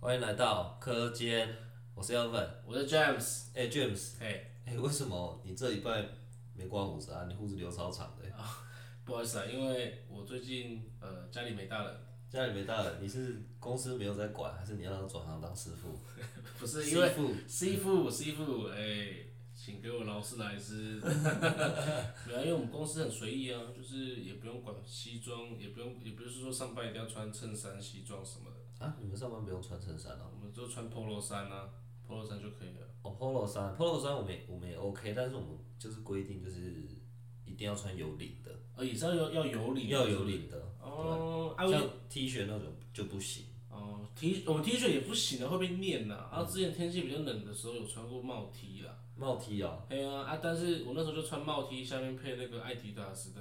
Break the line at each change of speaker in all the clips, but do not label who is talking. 欢迎来到课间，我是 Evan。
我是 James，
哎、j a m e s
哎、
哎、为什么你这礼拜没刮胡子啊？你胡子留超长的、
不好意思啊，因为我最近呃家里没大人，
家里没大人，你是公司没有在管，还是你要转行当师傅？
不是
师
因为
傅
师傅师傅哎、请给我劳斯莱斯， 没有、啊，因为我们公司很随意啊，就是也不用管西装，也不用也不是说上班一定要穿衬衫西装什么的，
啊，你们上班不用穿衬衫哦、
我们就穿 polo 衫啊，polo 衫就可以了。
哦，polo 衫，polo 衫我们也我们也 OK，但是我们就是规定就是一定要穿有领的，
呃，也是要有要有领，
要有领的，
哦，啊
像
我
T 恤那种就不行。
哦 T 我们 T 恤也不行啊，会被念呐、啊。啊，之前天气比较冷的时候有穿过帽 T 啦。
帽 T 哦、
哎呀啊！但是我那时候就穿帽 T，下面配那个艾迪达斯的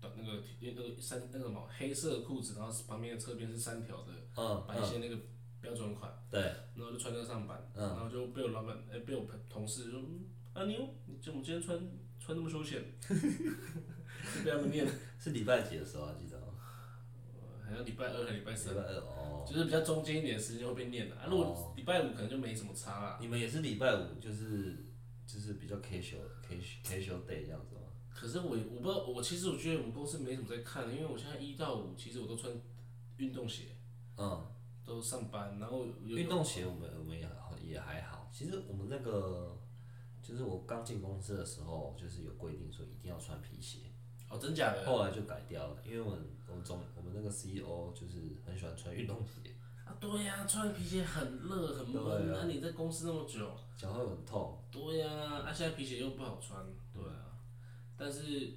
短那个那个三那个什么黑色裤子，然后旁边的侧边是三条的
嗯
白
嗯，
线那个标准款，
对，
然后就穿那个上班，
嗯
然后就被我老板哎、被我同事说嗯啊你你怎么今天穿穿那么休闲？ 就被他们念，
是礼拜几的时候啊？记得吗？
好像礼拜二还礼拜
礼
三，
拜二哦。
就是比较中间一点的时间会被念的、啊。如
哦
果礼拜五可能就没什么差啦。
你们也是礼拜五就是就是比较 casual casual casual day 这样子吗？
可是我也我不知道，我其实我觉得我们公司没什么在看，因为我现在一到五其实我都穿运动鞋。
嗯，
都上班，然后有
运动鞋我们我们也好也还好。其实我们那个就是我刚进公司的时候，就是有规定说一定要穿皮鞋，
哦，真假的？
后来就改掉了，因为我们我们总我们那个 CEO 就是很喜欢穿运动鞋，
啊，对呀、穿皮鞋很热很闷，
对啊
那、你在公司那么久，
脚会很痛。
对呀、啊，现在皮鞋又不好穿，对啊。但是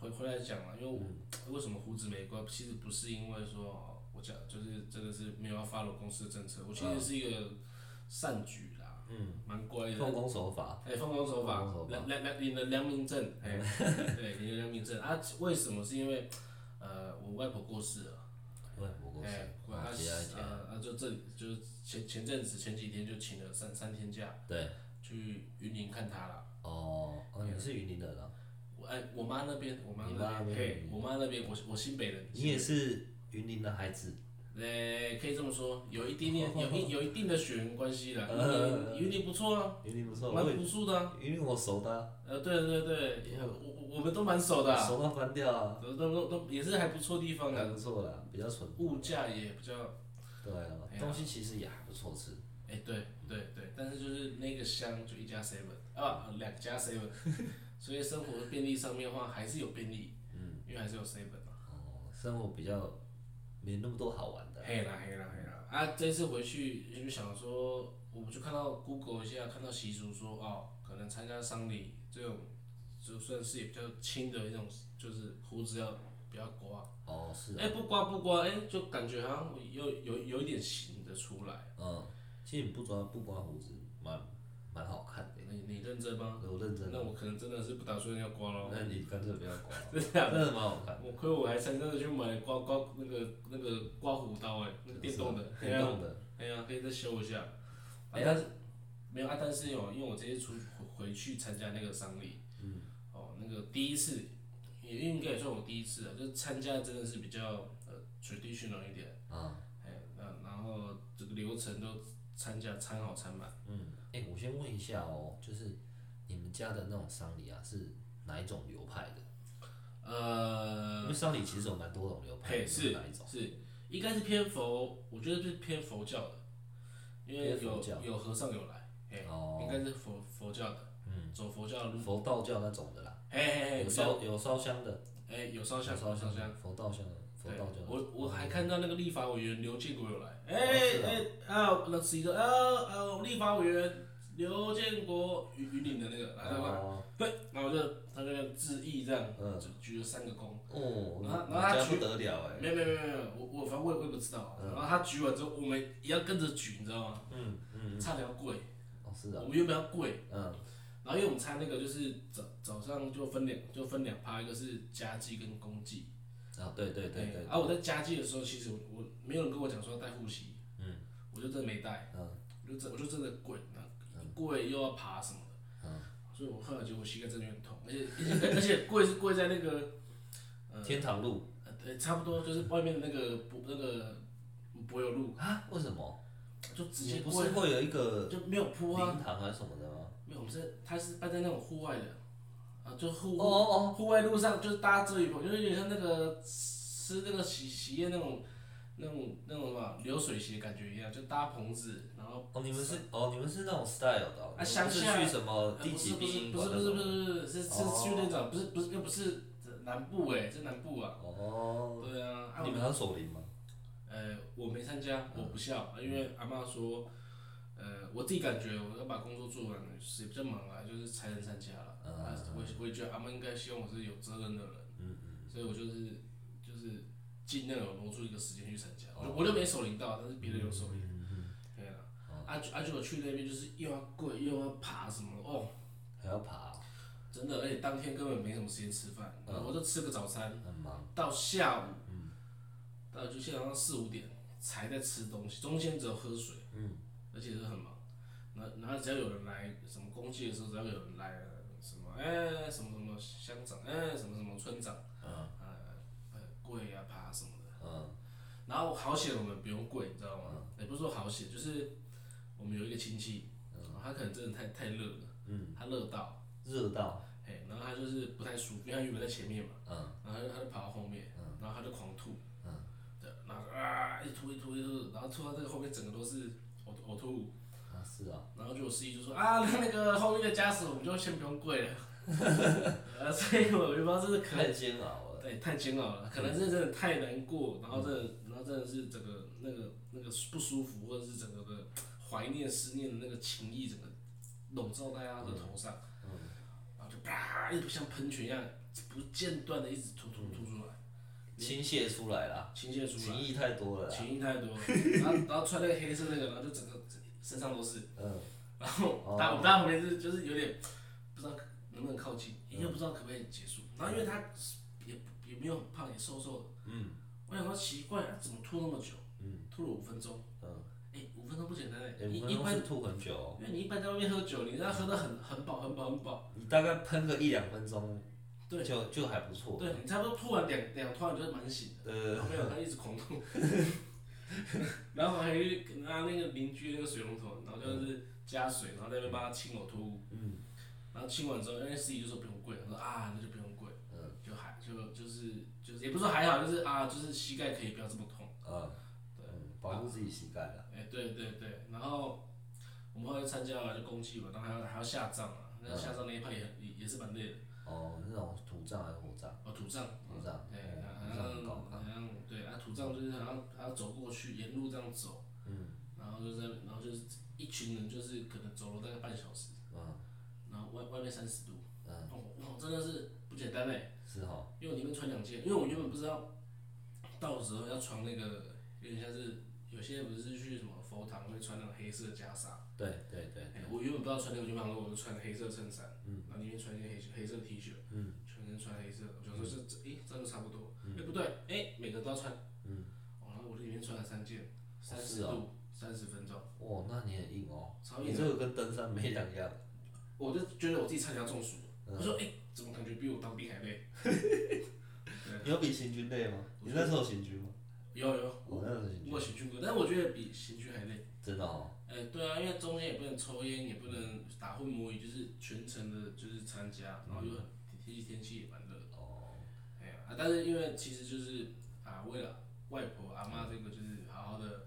回回来讲啊，因为我、
嗯
为什么胡子没刮，其实不是因为说哦我讲就是真的是没有要 follow 公司的政策，
嗯
我其实是一个善举啦，嗯，蛮乖的，
奉公守法，
哎，奉公守法
奉公守，法
良良良，领了良民证， 哎，对，领了良民证啊？为什么？是因为呃，我外婆过世了。
对，我公司
哎，我
好
他
节哀节哀
呃，啊就这里就是前前阵子前几天就请了三三天假
对，
去云林看他了。
哦
哎
哦，你是云林人啊？
我哎，我妈那边，我妈
你妈
那
那边
边，嘿，我妈那边，我我新北人。
你也是云林的孩子，
呃，可以这么说，有一点 点，有一有一定的血缘关系啦。
呃
云林云林不错啊，
云林不错，
蛮
我也
朴素的啊。
云林我熟的啊，
呃，对对对，我我我们都蛮熟的啊，
熟到翻掉啊。
都都都也是还不错地方
还
啊，
不错啦，比较纯。
物价也比较
对啊，东西其实也还不错吃。
哎、对对对，但是就是那个乡就一家 seven 啊，两家 seven，所 以生活的便利上面的话还是有便利，嗯，因为还是有 seven 嘛。
哦，生活比较没那么多好玩的。
嘿啦嘿啦嘿啦！啊，这次回去就想说，我们就看到 Google 一下，看到习俗说哦，可能参加丧礼这种，就算是也比较轻的一种，就是胡子要不要刮？
哦，是啊，
哎、不刮不刮，哎、就感觉好像有有有一点型的出来。
嗯，其实你不抓不刮胡子，蛮蛮好看的。
你你认真吗？
我认真
那
的，
我可能真的是不打算要刮喽。
那你干脆不要 刮，
真的
真的蛮好看。
我亏我还真的去买刮刮那个那个刮胡刀哎、那个电动的，哎
啊电
呀
动的。
哎呀，可以再修一下。啊
哎
但是没有啊，但是有，因为我这次出回回去参加那个丧礼，嗯，哦，那个第一次也应该也算我第一次啊，就是参加真的是比较呃 traditional 一点，
啊，
哎，那然后这个流程都参加参好参满，
嗯，哎，我先问一下哦，就是你们家的那种丧礼啊，是哪一种流派的？因
呃，
为丧礼其实有蛮多种流派，
嘿，
你们
是
哪一种？
是，应该是偏佛，我觉得是偏佛教的，因为
偏佛
有
教
有和尚有来，嘿，应
哦，
该是佛佛教的，嗯，走佛教的路，
佛道教那种的啦，
嘿嘿嘿，
有
比较
烧有烧香的，
哎有烧香，
有
有
烧
烧
香
香。
的，佛道香的，佛
对
道哦教，的。
我我还看到那个立法委员刘建国有来，哎
是啊
哎啊，那是一个啊啊，立法委员刘建国云云岭的那个来来来，
哦，
对，然后就他就致意这样，
嗯
就举了三个躬，
哦，
然后
你
然后他
家
去
不得了哎、
没有没有没有没有，我我反正我也我也不知道，然后他举完之后，我们也要跟着举，你知道吗？
嗯嗯，
差点要跪，
哦是啊，
我们原本要跪，
嗯
然后因为我们猜那个就是早早上就分两就分两趴，一个是家祭跟公祭。
啊对对对对，
啊，我在家祭的时候，其实我我没有人跟我讲说要带护膝，
嗯，
我就真的没带，
嗯，
我就真我就真的跪，然后跪又要爬什么的，
嗯，
所以我后来觉得我膝盖真的有点痛，而且而且而且跪是跪在那个
天堂路
呃呃差不多就是外面的那个柏那个柏油路，
啊？为什么？
就直接
你不
跪
是，会有一个
就没有铺啊，
灵堂还是什么的吗？
没有，我们是它是办在那种户外的，啊，就户
哦哦哦，
户外路上就是搭遮雨棚，就是有点像那个吃那个洗洗液那种那种那种什么流水席的感觉一样，就搭棚子，然后
哦，你们是哦，你们是那种 style 的、哦，你
啊
们
乡
不是
下
去什么
呃
第几
不是
殡仪
不
馆那
是不是不是
种？
不是不是是是
哦
去那种不是不是又不是南部哎、这南部啊，
哦，
对啊，啊
你们还有守灵吗？
呃我没参加，我不孝，
嗯
因为阿妈说。呃，我自己感觉我要把工作做完了，也比较忙啊，就是才能参加了。
嗯
啊，我也我也觉得阿妈应该希望我是有责任的人，
嗯嗯，
所以我就是就是尽量有挪出一个时间去参加，我
哦
我就没手领到，但是别人有手领。
嗯嗯，
对啊，阿九阿九去那边就是又要跪又要爬什么的哦，
还要爬
啊
哦，
真的，而且当天根本没什么时间吃饭，
嗯
我就吃个早餐，
很忙。
到下午，
嗯
到就下午到四五点才在吃东西，中间只有喝水，
嗯，
而且是很忙。然后然后只要有人来什么公祭的时候，只要有人来了什么哎、什么什么乡长哎、什么什么村长，
嗯
呃跪啊爬什么的。
嗯
然后好险我们不用跪，你知道
啊
吗？也不是说好险，就是我们有一个亲戚，哦他可能真的太太热了，
啊嗯，啊
他热到，
热到，
哎，然后他就是不太舒服，因为他原本在前面嘛，
嗯
然后他就他就跑到后面，然后他就狂吐，
嗯
对，然后啊一吐一吐一吐，然后吐到这个后面整个都是呕呕吐物，
啊是啊，
然后就有司仪就说啊那个后面的家属我们就先不用跪 了，呃，所以我也不知道这是可
太煎熬了。
对，太煎熬
嗯
了，可能是真的太难过，然后真的，然后真的是整个那个那个不舒服，或者是整个的怀念、思念的那个情谊，整个笼罩在他的头上，
嗯
然后就啪，一像喷泉一样不间断的一直吐吐吐出来，
倾泻出来啦，
倾泻出
情
来，
谊太多了啦。
情谊太 多，然后然后穿那个黑色那个，然后就整个身上都是，
嗯，
然后大我们大家旁边就是就是有点不知道能不能靠近，
嗯
也不知道可不可以结束，然后因为他也也没有很胖，也瘦瘦的。
嗯
我想说奇怪，啊他怎么吐那么久？
嗯
吐了五分钟。
嗯，
哎、五分钟不简单哎、
哎
你
五
一
分钟
般
是吐很久哦，
因为你一般在外面喝酒，你那喝的很很饱很饱很饱，
你大概喷个一两分钟，
对
就就还不错。
对你差不多吐完两两趟，你就蛮醒的。
呃，
然后没有，他一直狂吐， 然后还拿那个邻居那个水龙头，然后就是加水，然后在那边帮他清呕吐物。
嗯
然后清完之后，因为司仪就说不用跪，我说啊，那就不用跪，
嗯
就还就就是就是也不是说还好，就是啊，就是膝盖可以不要这么痛。
啊，
对
嗯保护自己膝盖啦。
哎、对对对，然后我们后来参加了就公祭嘛，然后还要还要下葬嘛，那下葬那一派也很也也是蛮累的，
哦，那种土葬还是火葬？
哦土葬，
土葬，
对，
嗯
然
土
后
葬很高
然后对啊土葬就是好像还要走过去，沿路这样走，
嗯
然后就在然后就是一群人就是可能走了大概半小时，
嗯
然后外外面三十度，
嗯，
哦哇真的是不简单哎，
是哈，
因为我里面穿两件，因为我原本不知道到时候要穿那个有点像是有些人不是去什么佛堂会穿那种黑色的袈裟。
对对对，
哎我原本不知道穿那个军装，我就穿黑色衬衫，然后里面穿一件黑黑色 T 恤，
嗯
全身穿黑色，我想说这这，诶，这样就差不多，哎、不对，哎、每个都要穿，
嗯
哦，然后我这里面穿了三件，三十
是哦
度，三十、分钟，
哇，那你很硬哦，
超硬
你这个跟登山没两样。
我就觉得我自己差点要中暑了，
嗯
我说，哎、怎么感觉比我当兵还累？
你有比行军累吗？你那时候有行军吗？
有有，
我那时候行
我有
军，
行军过，但是我觉得比行军还累。
真的哦，
哎、对啊，因为中间也不能抽烟，也不能打混摸鱼，就是全程的，就是参加，然后又很天气天气也蛮热的。
哦，
哎呀、啊，但是因为其实就是啊，为了外婆阿妈这个，就是好好的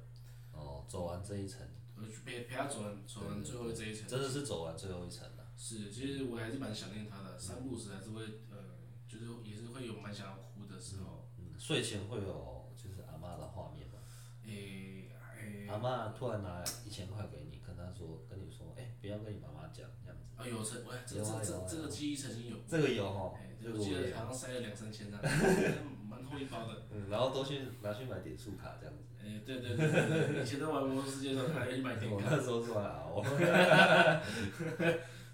哦，走完这一层，
我去陪陪她走完走完最后这一程。
真的是走完最后一层了。
是，其实我还是蛮想念她的，三不五时还是会呃，就是也是会有蛮想要哭的时候。
嗯，睡前会有就是阿妈的画面嘛？
诶、诶、
阿妈突然拿一千块给你，跟她说，跟你说，哎、不要跟你妈妈讲这样子。
啊有曾，喂，这
有
这
啊有
这
啊
这个记忆曾经有。
这个有啊哈
哎，，
这
对
个
我记
我也
得
有。
好像塞了两 三千这样，蛮厚一包的。
嗯，然后都去拿去买点数卡这样子。
哎、对对对对对，以前在玩《魔兽世界》的时候，还一买点
我
卡。
那时候是啊玩 RO，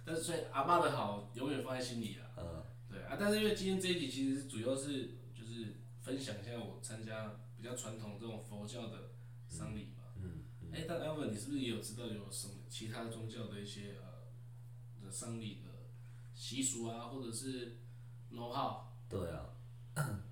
但是所以阿妈的好永远放在心里啊。
嗯
对啊，但是因为今天这一集其实主要是就是分享一下我参加比较传统这种佛教的丧礼嘛。
嗯，
哎、但 Alvin，你是不是也有知道有什么其他宗教的一些呃的丧礼的习俗啊，或者是 know how？
对啊，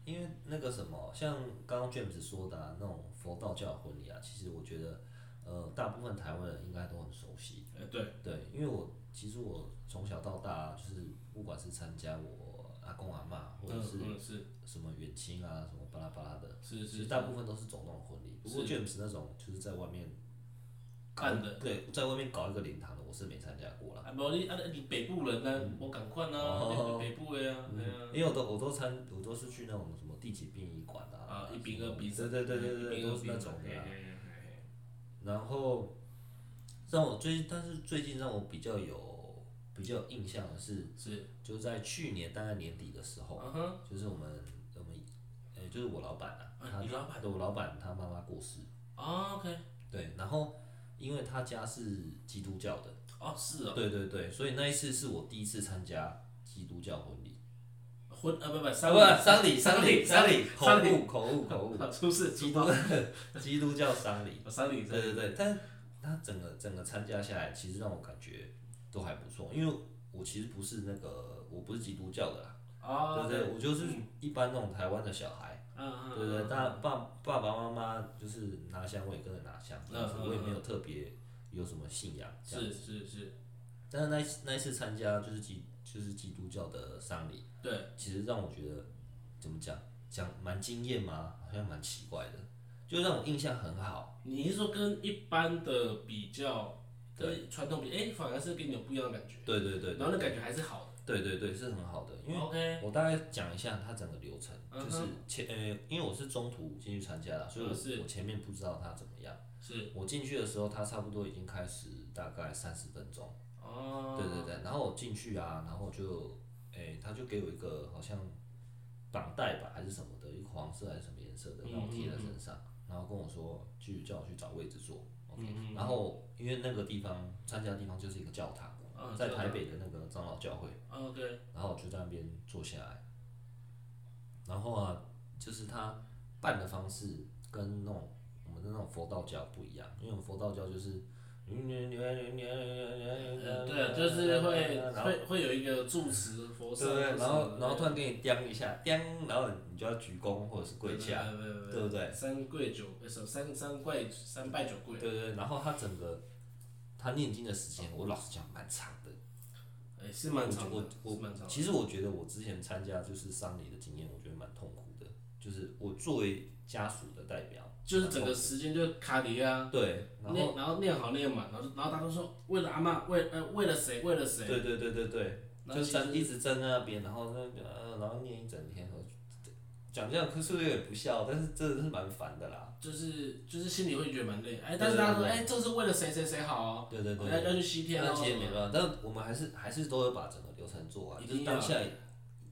因为那个什么，像刚刚 James 说的、啊、那种佛道教的婚礼啊，其实我觉得呃，大部分台湾人应该都很熟悉。
哎、对，
呃对，因为我其实我从小到大啊就是，不管是参加我阿公阿妈，或者
嗯
是
嗯是
什么远亲啊，什么巴拉巴拉的，
是
其实
是
大部分都是走那种婚礼。不过 James 那种就是在外面搞
办的，
对，在外面搞一个灵堂的，我是没参加过啦。
啊，无你啊你北部人啊，我赶快啊，
嗯哦
北部的啊，哎呀，
因为我都我都参我都是去那种什么第几殡仪馆啊，
啊一饼二饼，
对对对对
一
对，
饼
都
二
是
饼
那种的啦。
嘿嘿嘿嘿
然后让我最，但是最近让我比较有比较有印象的是，
是，
就在去年大概年底的时候，
嗯哼，
就是我们我们呃、就是我老板啊，
啊
他
你老板
对我老板他妈妈过世，
啊 OK，
对，然后因为他家是基督教的，
哦是哦，
对对对，所以那一次是我第一次参加基督教婚礼，
婚啊不不
啊
三
不
位
丧礼丧礼
丧
丧
礼
礼
丧
口
礼
误口误口误，
啊出事
基
出
督
包，
基督教丧礼。
啊三里
对
三
对对，但他整个整个参加下来，其实让我感觉都还不错，因为我其实不是那个，我不是基督教的啦，
啊
对对，我就是一般那种台湾的小孩，
嗯嗯，
对对，
嗯
但爸爸爸妈妈就是拿香我也跟着拿香，
嗯
这样子
嗯
我也没有特别有什么信仰，这样
是是是，
但是那一次那一次参加就是基就是基督教的丧礼，呃
对，
其实让我觉得怎么讲讲蛮惊艳嘛，好像蛮奇怪的，就让我印象很好，
你是说跟一般的比较，
对
跟传统比，哎反而是给你有不一样的感觉，
对对对，
然后那
对
感觉还是好的哦
对对对是很好的，因为。
，OK，
我大概讲一下它整个流程，
嗯哼
就是前呃，因为我是中途进去参加的，所以我
嗯是
我前面不知道它怎么样。
是
我进去的时候，它差不多已经开始大概三十分钟，
哦，
对对对。然后我进去啊，然后我就，诶、他就给我一个好像绑带吧还是什么的，一个黄色还是什么颜色的，
嗯
让我贴在身上，然后跟我说去叫我去找位置坐。OK，、
嗯嗯
然后因为那个地方参加的地方就是一个教堂，
啊
在
教
台
堂
北的那个长老教会。
哦对，
然后我就在那边坐下来，然后啊，就是他办的方式跟那种我们的那种佛道教不一样，因为我们佛道教就是，
呃
呃
对，啊就是会
然后
会会有一个住持佛
对
僧，
对，然后然后突
然
然给你叮一下，叮，然后你就要鞠躬或者是跪下，，
呃
对不对？
三跪九呃什么三三跪三拜九跪，
对对，然后他整个他念经的时间，我老实讲蛮长的。
哎哦是蛮长
我
的，
我
是蛮长的，
其实我觉得我之前参加就是丧礼的经验，我觉得蛮痛苦的。就是我作为家属的代表，
就是整个时间就卡迪啊。
对，然后
念，然后念好念满，然后就然后大家都说为了阿妈，为呃为了谁，为了谁，
对对对对对，
那
就
其实
站一直站在那边，然后那个呃，然后念一整天，我讲这样可是有点不孝，但是真的是蛮烦的啦。
就是就是心里会觉得蛮累，哎，
对
但是大家说，
对对
哎，这是为了谁谁谁好哦，
对对对，
要要去西天
那
哦，
其实也没办法，但我们还是还是都有把整个流程做完，
一
就是
定要哎
当下也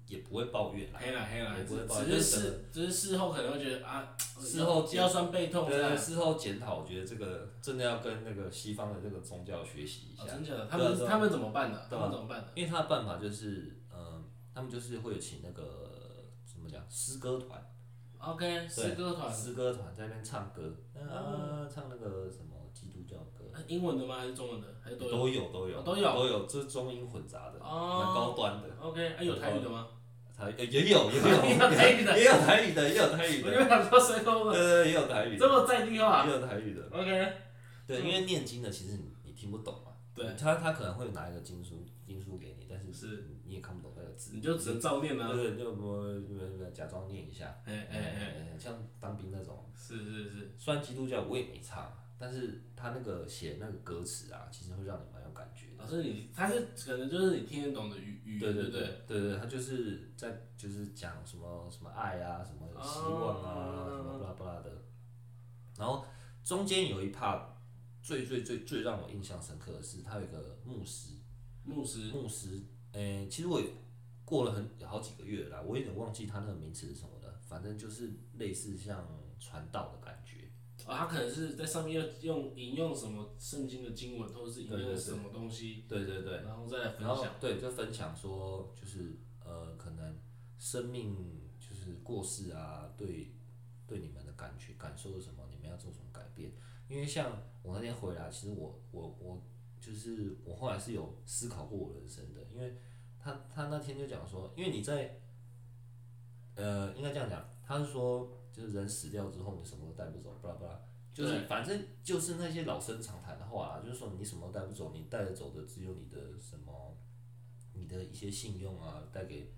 也不会抱怨啦。
黑了黑了
也，不会抱
只
怨
只是
就是
事只是事后可能会觉得啊，
事后
腰腰酸背痛
对
这样
对，，事后检讨，我觉得这个真的要跟那个西方的这个宗教学习一
哦
下。
真假的，他
对啊
们
对啊
他们怎么办的？他
对啊
们怎么办的？
因为他的办法就是，呃，他们就是会有请那个怎么讲诗歌团，
OK，诗歌团，
啊诗歌团在那边唱歌，
嗯
啊，唱那个什么基督教歌，
呃英文的吗？还是中文的？还是都有
都有都有
哦都有
都有，这是中英混杂的，
哦
蛮高端的。
？OK，哎，有台语的吗？
台呃也有也有
也有台语的
也有台语的，也有台语
我
的，
就想说谁都
对对对也有台语
这
的，
么在地化
也有台语的。
？OK，
对，因为念经的其实你你听不懂嘛，
对，
他他可能会拿一个经书经书给你，但是
是
你你也看不懂那个字，
你就只能照念
对
啊。
对，就我假装念一下。
哎哎哎，
哎，像当兵那种，
是是是，
虽然基督教我也没唱，但是他那个写那个歌词啊，其实会让你蛮有感觉的。
老师你他是可能就是你听得懂的语语
对
言，对
对
不
对对对，他就是在就是讲什么什么爱啊，什么希望啊，
哦
什么巴拉巴拉的。然后中间有一 part 最最最最让我印象深刻的是，他有一个牧师，
牧师
牧师，诶、其实我也过了很好几个月了啦，我有点忘记他那个名词是什么了，反正就是类似像传道的感觉。
啊、他可能是在上面要用引用什么圣经的经文，或者是引
对对
用
对
什么东西，
对对对。
然后再来分
然后
享。
对，就分享说，就是呃，可能生命就是过世啊，对对你们的感觉感受是什么？你们要做什么改变？因为像我那天回来，其实我我我就是我后来是有思考过我人生的，因为他他那天就讲说，因为你在呃，应该这样讲，他是说就是人死掉之后你什么都带不走，巴拉巴拉。就是反正就是那些老生常谈的话啦，就是说你什么都带不走，你带得走的只有你的什么，你的一些信用啊，带给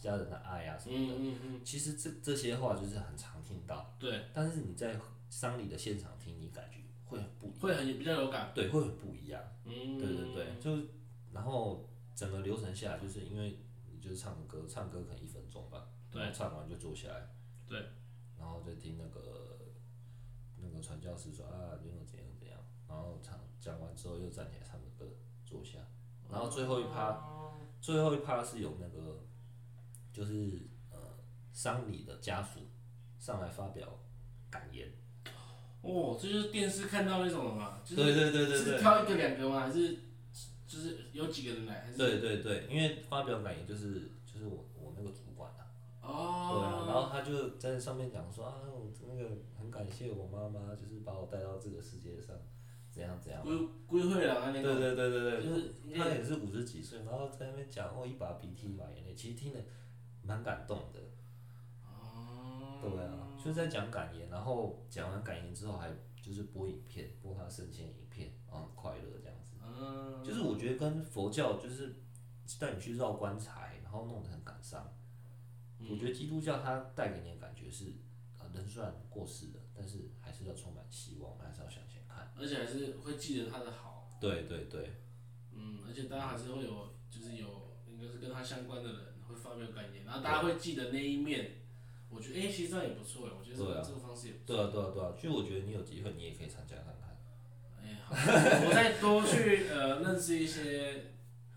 家人的爱啊什么的。
嗯嗯嗯，
其实这这些话就是很常听到，
对，
但是你在丧礼的现场听，你感觉会很不一样，
会很比较有感，
对，会很不一样。
嗯，
对对对，就是然后整个流程下来，就是因为你就是唱歌，唱歌可能一分钟吧，
嗯对
然后唱完就坐下来，
对，
然后再听那个那个传教士说啊，你有怎样怎样，然后唱讲完之后又站起来唱个歌，坐下，然后最后一趴，
哦
最后一趴是有那个就是呃丧礼的家属上来发表感言，
哦，这就是电视看到那种的嘛，就是
对对对对对
是挑一个两个吗？还是就是有几个人来？还是
对对对，因为发表感言就是就是我我那个主管啊。对啊，然
哦，
后他就在上面讲说啊，我那个很感谢我妈妈，就是把我带到这个世界上，怎样怎样。
归归会了啊，
对
那个
对对对对，
就
就是是他也是五十几岁，然后在那边讲哦，一把鼻涕一把眼泪，其实听得蛮感动的。
哦，
对啊，就是在讲感言，然后讲完感言之后还就是播影片，播他生前影片，啊，很快乐这样子。
嗯，
就是我觉得跟佛教就是带你去绕棺材，然后弄得很感伤。我觉得基督教它带给你的感觉是，啊，人虽然过世了，但是还是要充满希望，还是要向前看。
而且还是会记得他的好，
对对对，
嗯，而且大家还是会有，就是有应该是跟他相关的人会发表感言，然后大家会记得那一面。我觉得哎、诶其实这样也不错哎，我觉得这
对
个、
啊
这个方式也不
对啊对啊对啊，其实我觉得你有机会你也可以参加看看。
哎、好，我再多去呃认识一些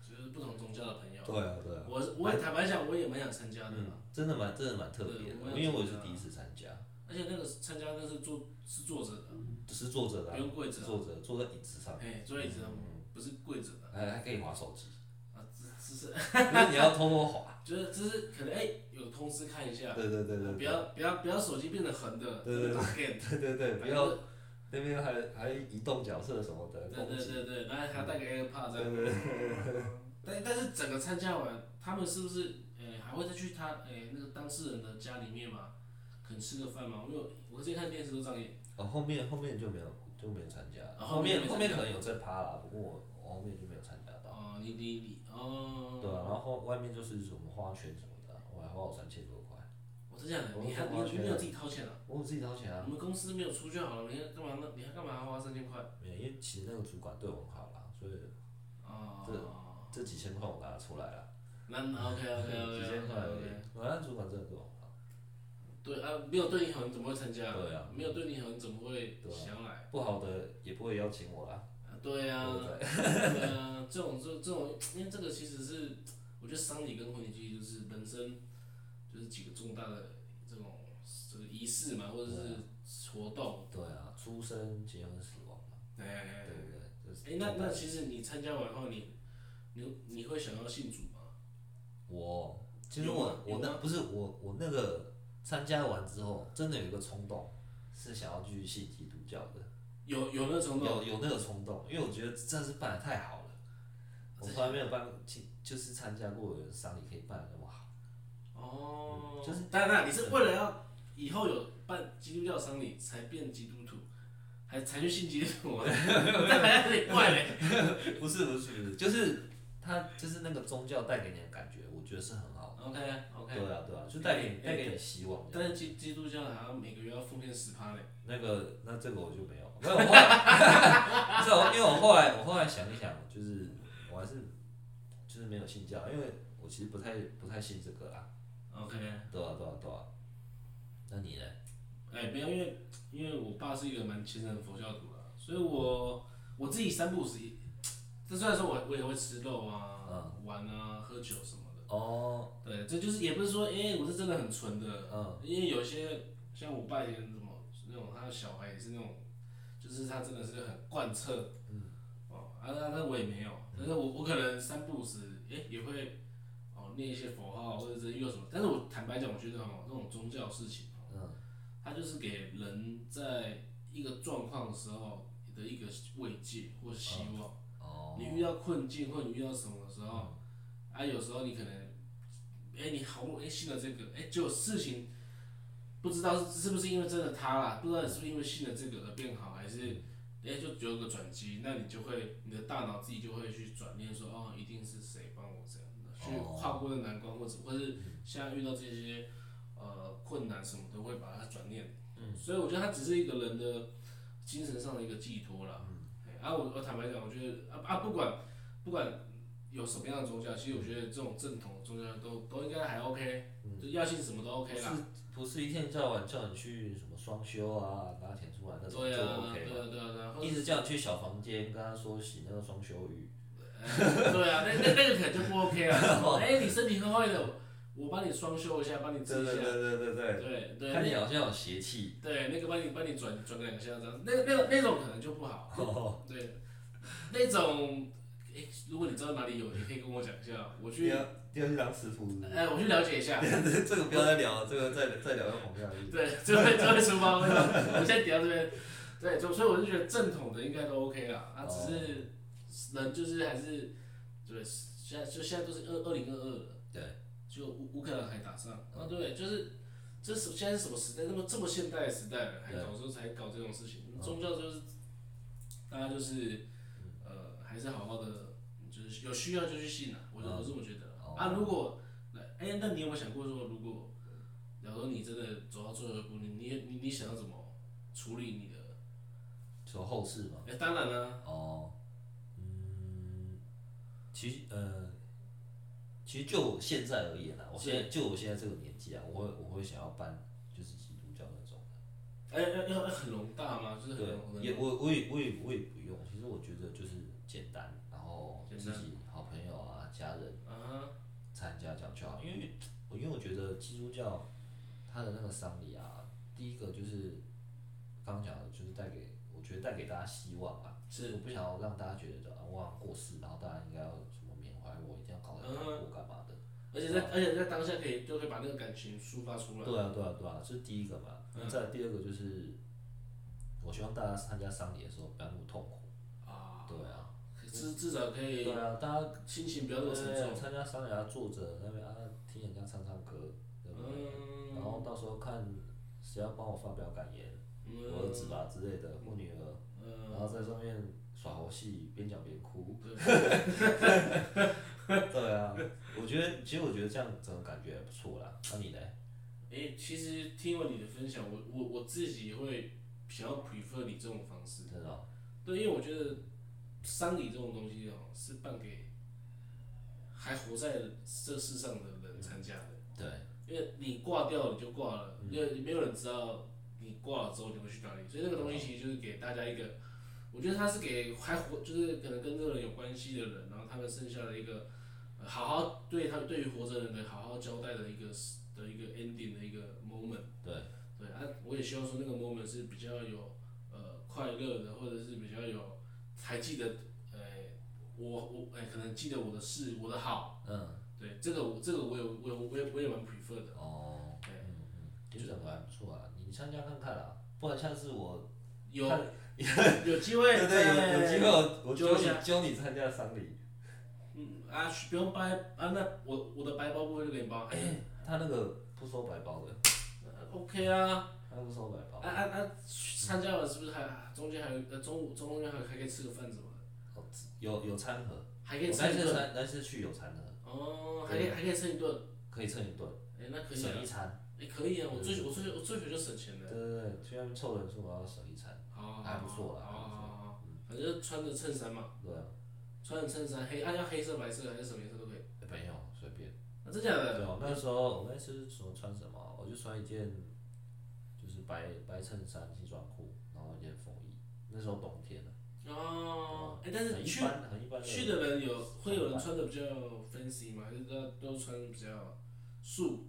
就是不同宗教的朋友。
对啊对啊，
我我也坦白讲，我也蛮想参加的啦、
嗯，真的蛮真的蛮特别
对我
的，
也
因为我
觉
是
得
第一次参加，
而且那个参加那是坐是坐着的，
是坐着的啊啊
不，用跪着
是。坐着坐在椅子上，
哎、坐在椅子上
嗯
不是跪着的
还还可以划手机，
啊，只只是
那你要偷偷 划。
就是只是可能哎、有通知看一下，
对对对对
啊不要不要不要手机变得横的，
对对对
打 game，
对对对，不要那边还还移动角色什么的
对
攻
对
击。
对对，然后还带个 AirPod 这
对
样，
对对，
但但是整个参加完，他们是不是呃还会再去他哎、那个当事人的家里面嘛，可能吃个饭嘛？因为我之前看电视都这样演，
哦，后面后面就没有就没有参加了，
哦
后面
后
后
面没参加
面可能有在趴啦，不过我我后面就没有参加到。
哦，你你你哦，
对啊，然后外面就是什么花圈什么的，啊我还花了三千多块，
我是这样的，
我
你还
我
你
花
你
钱
没有自己掏钱啊？
我有自己掏钱啊
我，们公司没有出就好了，你还干嘛呢？你还干嘛还花三千块？
没有，因为其实那个主管对我很好啦，所以对
哦，
这几千块我拿得出来了，
那 OK OK
几
OK
千块而
OK。
已。我那主管真的对我很好，
对啊，没有对你好，你怎么会参加？
对啊
没有对你好，你怎么会
对啊
想要来？
不好的也不会邀请我啦。
啊对啊，
对
对啊，这种这这种，因为这个其实是，我觉得丧礼跟婚礼其实就是人生，就是几个重大的这种这个仪式嘛，或者是活动。
对啊，出生、结婚、死亡嘛，
哎
对
哎
不对？就是
哎，那那其实你参加完后，你你你会想要信主吗？
我其实
有
我
吗有
我那
吗
不是我我那个参加完之后，真的有一个冲动，是想要去信基督教的，
有有那种那种
有有那个冲动，因为我觉得真的是办的太好了，我从来没有办去就是参加过有人丧礼可以办的那么好，
哦，
就是
当然啦，你是为了要以后有办基督教丧礼才变基督徒，还才去信基督徒啊？ 那还有点怪嘞。
不是不是不是，就是他就是那个宗教带给你的感觉，我觉得是很好
OK
的，
OK，
对啊对啊，就带给你
哎哎
带给你希望这
但
样。
是基基督教好像每个月要奉献十趴嘞。
那个那这个我就没有，没有我后来，不是我因为我后来我后来想一想，就是我还是就是没有信教，因为我其实不太不太信这个啊，
OK，
对啊对啊对啊。那你呢？
哎、没有，因为因为我爸是一个蛮虔诚的佛教徒啦，所以我我自己三不五时，这虽然说我我也会吃肉啊、玩啊、喝酒什么的，
哦，
对，这就是也不是说，哎、我是真的很纯的，
嗯，
因为有些像我爸以前什么那种，他的小孩也是那种，就是他真的是很贯彻，嗯，哦，啊，那那我也没有，
嗯
但是我我可能三不五时，哎、也会哦念一些佛号或者是又什么，但是我坦白讲，我觉得哦，这种宗教事情，哦
嗯，
它就是给人在一个状况的时候的一个慰藉或希望。
哦，
你遇到困境或你遇到什么的时候，哎啊，有时候你可能，哎、你好不容易信了这个，哎、结果事情不知道是不是因为真的他啦，不知道你是不是因为信了这个而变好，还是哎、就有个转机，那你就会你的大脑自己就会去转念说，哦，一定是谁帮我这样的，去
哦嗯
跨过那难关，或者或是现在遇到这些呃困难什么的，会把它转念。嗯，所以我觉得它只是一个人的精神上的一个寄托啦。嗯，啊，我我坦白讲，我觉得啊啊，不管不管有什么样的宗教，其实我觉得这种正统的宗教都都应该还 OK，、就
嗯
要信什么都 OK 啦。
不是一天到晚叫你去什么双休啊，拿钱出来那种
对
就
啊，
OK
对
嘛。
啊，对啊，对啊，或
一
者
直叫你去小房间，跟他说洗那个双休浴，
呃对啊，那那那个可能就不 OK 了。什么哎，你身体很坏的，我帮你双修一下，帮你治一下。
对对对
对对，
看
那
你好像有邪气。
对那个帮你帮你转转两下这样，那那那种可能就不好。
哦，
对，那种哎，如果你知道哪里有，你可以跟我讲一下，我去
要要去当师傅是不是
哎，我去了解 一下。
这个不要再聊，了，这个再再聊要红下去。
对，就会就会出包。我们先聊这边，对，就所以我就觉得正统的应该都 OK 啦，啊，只是人就是还是对，现在就现在都是二二零二二了，
对，
就乌乌克兰还打仗，
嗯
啊，对，就是这是现在是什么时代？那么这么现代的时代了，还
对
搞这种才搞这种事情，
嗯
宗教就是大家就是呃，还是好好的，就是有需要就去信啊，我就
嗯
我这么觉得啦
哦
啊，如果来，哎、那你有没有想过说，如果假如你真的走到最后一步，你你你你想要怎么处理你的？
说后事嘛。
哎、当然啦、
哦，嗯，其实呃，其实就我现在而言啊啦，我现在就我现在这个年纪啊，我会我会想要搬就是基督教那种。
哎、要要要很宏大吗？就是很宏
对，也我我也我也我也不用。其实我觉得就是简单，然后
简
自己好朋友啊、家人
啊，
参加讲就好，因为我因为我觉得基督教它的那个丧礼啊，第一个就是刚刚讲的，就是带给我觉得带给大家希望啊，
是
我不想要让大家觉得啊，我好像过世，然后大家应该要什么缅怀我，一定要搞得很难过
嗯
干嘛的。
而且在而且在当下可以就可以把那个感情抒发出来。
嗯对啊，对啊，对啊，这是第一个嘛。那
嗯
再来第二个就是，我希望大家参加丧礼的时候不要那么痛苦。
啊，
对啊。
至至少可以
对啊，大家
心情不要那么沉
对
重。
参加商牙坐着那边啊，听人家唱唱歌，对不对？啊
嗯
然后到时候看谁要帮我发表感言，我儿子吧之类的，我女儿，
嗯，
然后在上面耍猴戏，边讲边哭。
对，
对啊，我觉得其实我觉得这样整个感觉还不错啦。那你呢？
哎、其实听完你的分享，我我我自己会想要 prefer 你这种方式。
真的哦
对，因为我觉得丧礼这种东西哦，是办给还活在这世上的人参加的，
对，
因为你挂掉了你就挂了，因为没有人知道你挂了之后你会去哪里，所以这个东西其实就是给大家一个，我觉得它是给还活，就是可能跟这个人有关系的人，然后他们剩下的一个。呃好好对他对于活着的人的好好交代的一个时的一个 ending 的一个 moment，
对，
对啊，我也希望说那个 moment 是比较有呃快乐的，或者是比较有还记得，呃，我我哎、可能记得我的事，我的好，
嗯，
对，这个我这个我有我有我也我也蛮 prefer 的，
哦，
对，
嗯嗯，其实整个还不错啊，你参加看看啦。不然下次我
有
看
有机会，
对对有有机会我我
揪
揪
一
你
下
揪你参加丧礼，
嗯啊，不用掰啊，那我我的白包部分就给你包，哎、
他那个不收白包的，
呃 OK 啊，
他不收白
啊
包。
啊啊，参加完是不是还中间还有呃中午中间还还可以吃个饭什么的，
有有餐盒，
还可以
我
吃
那
一
次
顿，
餐那次去有餐盒，
哦，还可以还可以吃一顿，
可以蹭一顿，
哎、那可以啊
省。一餐。
哎、可以啊，我
嗯
最我最我最学就省钱
对
的，
对对，去那边凑人数然后省一餐，
好
还不错嗯啦
好好好好，反正就穿着衬衫嘛，
对啊，
穿着衬衫黑，啊要黑色、白色还是什么颜色都可以，
没有随便。
啊真假的？
对哦，那时候我那次什么穿什么，我就穿一件就是白白衬衫、西装裤，然后一件风衣。那时候冬天了，
哦，哎、但是
啊很一
去
般很一般
去的人有会有人穿的比较 fancy 吗？还是都都穿比较素？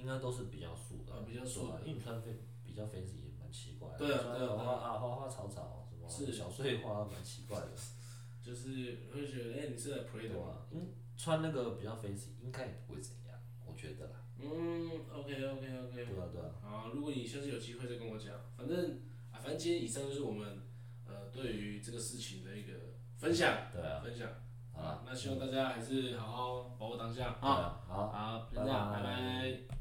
应该都是比较素的
啊，比较素
对啊因为你穿非比较 fancy 也蛮奇怪的，
对啊
穿
对啊
花啊花花草草什么
是
小碎花蛮奇怪的。
就是会觉得哎、你是来 play 的
对
吗？
啊，嗯，穿那个比较 fancy 应该也不会怎样，我觉得啦。
嗯，OK OK
对
OK，
啊，对啊，
好，如果你下次有机会再跟我讲，反正啊，反正今天以上就是我们呃对于这个事情的一个分享。
对啊，
分享
好啦，
那希望大家还是好好把握当下
对
啊！
啊，好，
好，就这样，
拜拜
拜拜